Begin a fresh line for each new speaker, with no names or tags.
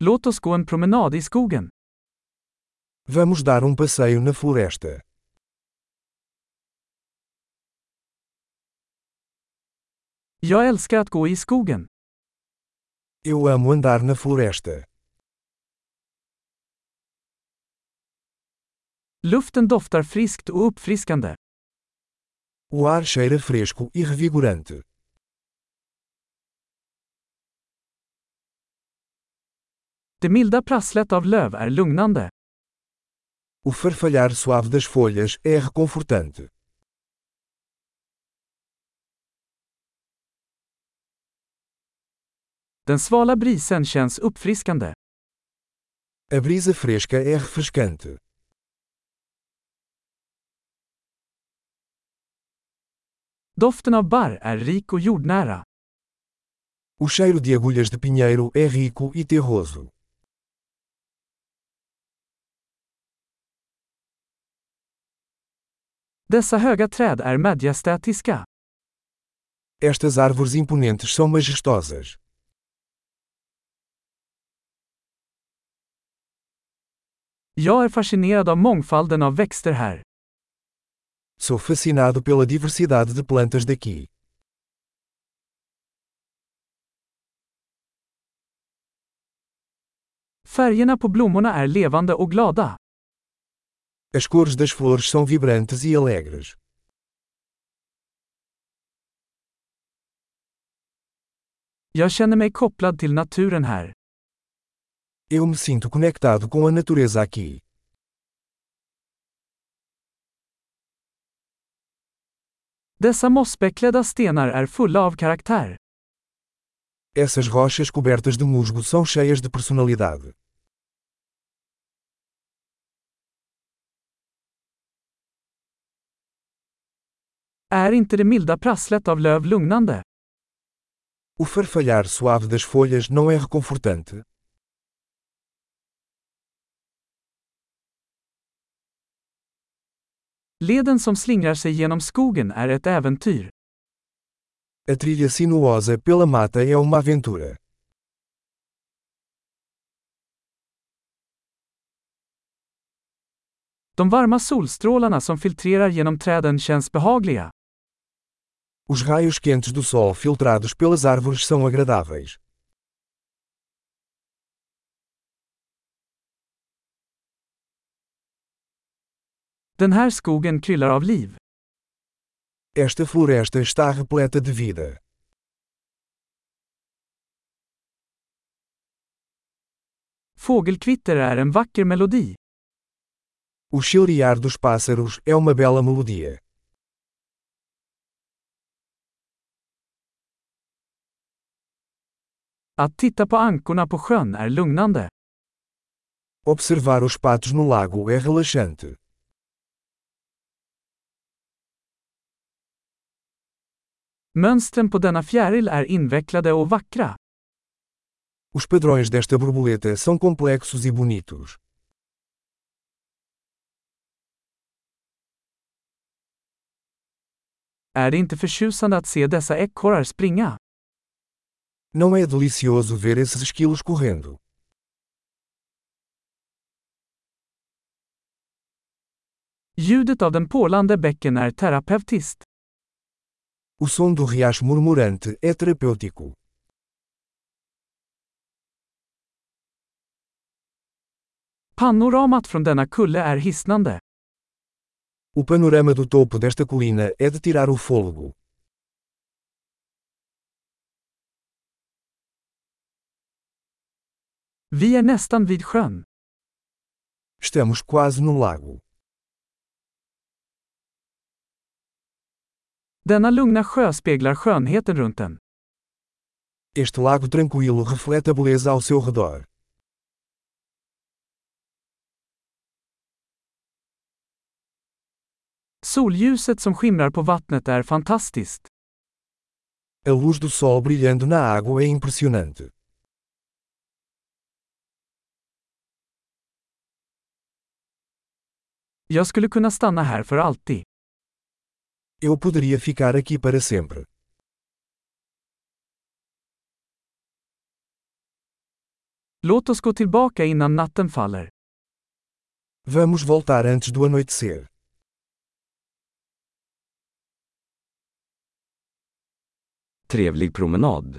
Låt oss gå en promenad i skogen.
Vamos dar um passeio na floresta.
Jag älskar att gå i skogen.
Eu amo andar na floresta.
Luften doftar friskt och uppfriskande.
O ar cheira fresco e revigorante.
Det milda prasslet av löv är lugnande.
O farfalhar suave das folhas é reconfortante.
Den svala brisen känns uppfriskande.
A brisa fresca é refrescante.
Doften av barr är rik och jordnära.
O cheiro de agulhas de pinheiro é rico e terroso.
Dessa höga träd är majestätiska.
Estas árvores imponentes são majestosas.
Jag är fascinerad av mångfalden av växter här.
Sou fascinado pela diversidade de plantas daqui.
Färgerna på blommorna är levande och glada.
As cores das flores são vibrantes e alegres.
Jag känner mig kopplad till naturen här.
Eu me sinto conectado com a natureza aqui.
Dessa mossbeklädda stenar är fulla av karaktär.
Essas rochas cobertas de musgo são cheias de personalidade.
Är inte det milda prasslet av löv lugnande?
O farfalhar suave das folhas não é reconfortante.
Leden som slingrar sig genom skogen är ett äventyr.
A trilha sinuosa pela mata é uma aventura.
De varma solstrålarna som filtrerar genom träden känns behagliga.
Os raios quentes do sol filtrados pelas árvores são agradáveis.
Den här skogen kryllar av liv.
Esta floresta está repleta de vida.
Fågelkvitter är en vacker melodi.
O chilrear dos pássaros é uma bela melodia.
Att titta på ankorna på sjön är lugnande.
Observar os patos no lago é relaxante.
Mönstren på denna fjäril är invecklade och vackra.
Os padrões desta borboleta são complexos e bonitos.
Är det inte förtjusande att se dessa ekorrar springa?
Não é delicioso ver esses esquilos correndo.
Ljudet av den porlande bäcken är terapeutiskt.
O som do riacho murmurante é terapêutico.
Panoramat från denna kulle är hisnande.
O panorama do topo desta colina é de tirar o fôlego.
Vi är nästan vid sjön.
Estamos quase no lago.
Denna lugna sjö speglar skönheten runt den.
Este lago tranquilo reflete a beleza ao seu redor.
Solljuset som skimrar på vattnet är fantastiskt.
A luz do sol brilhando na água é impressionante.
Jag skulle kunna stanna här för alltid.
Eu poderia ficar aqui para sempre.
Låt oss gå tillbaka innan natten faller.
Vamos voltar antes do anoitecer.
Trevlig promenad.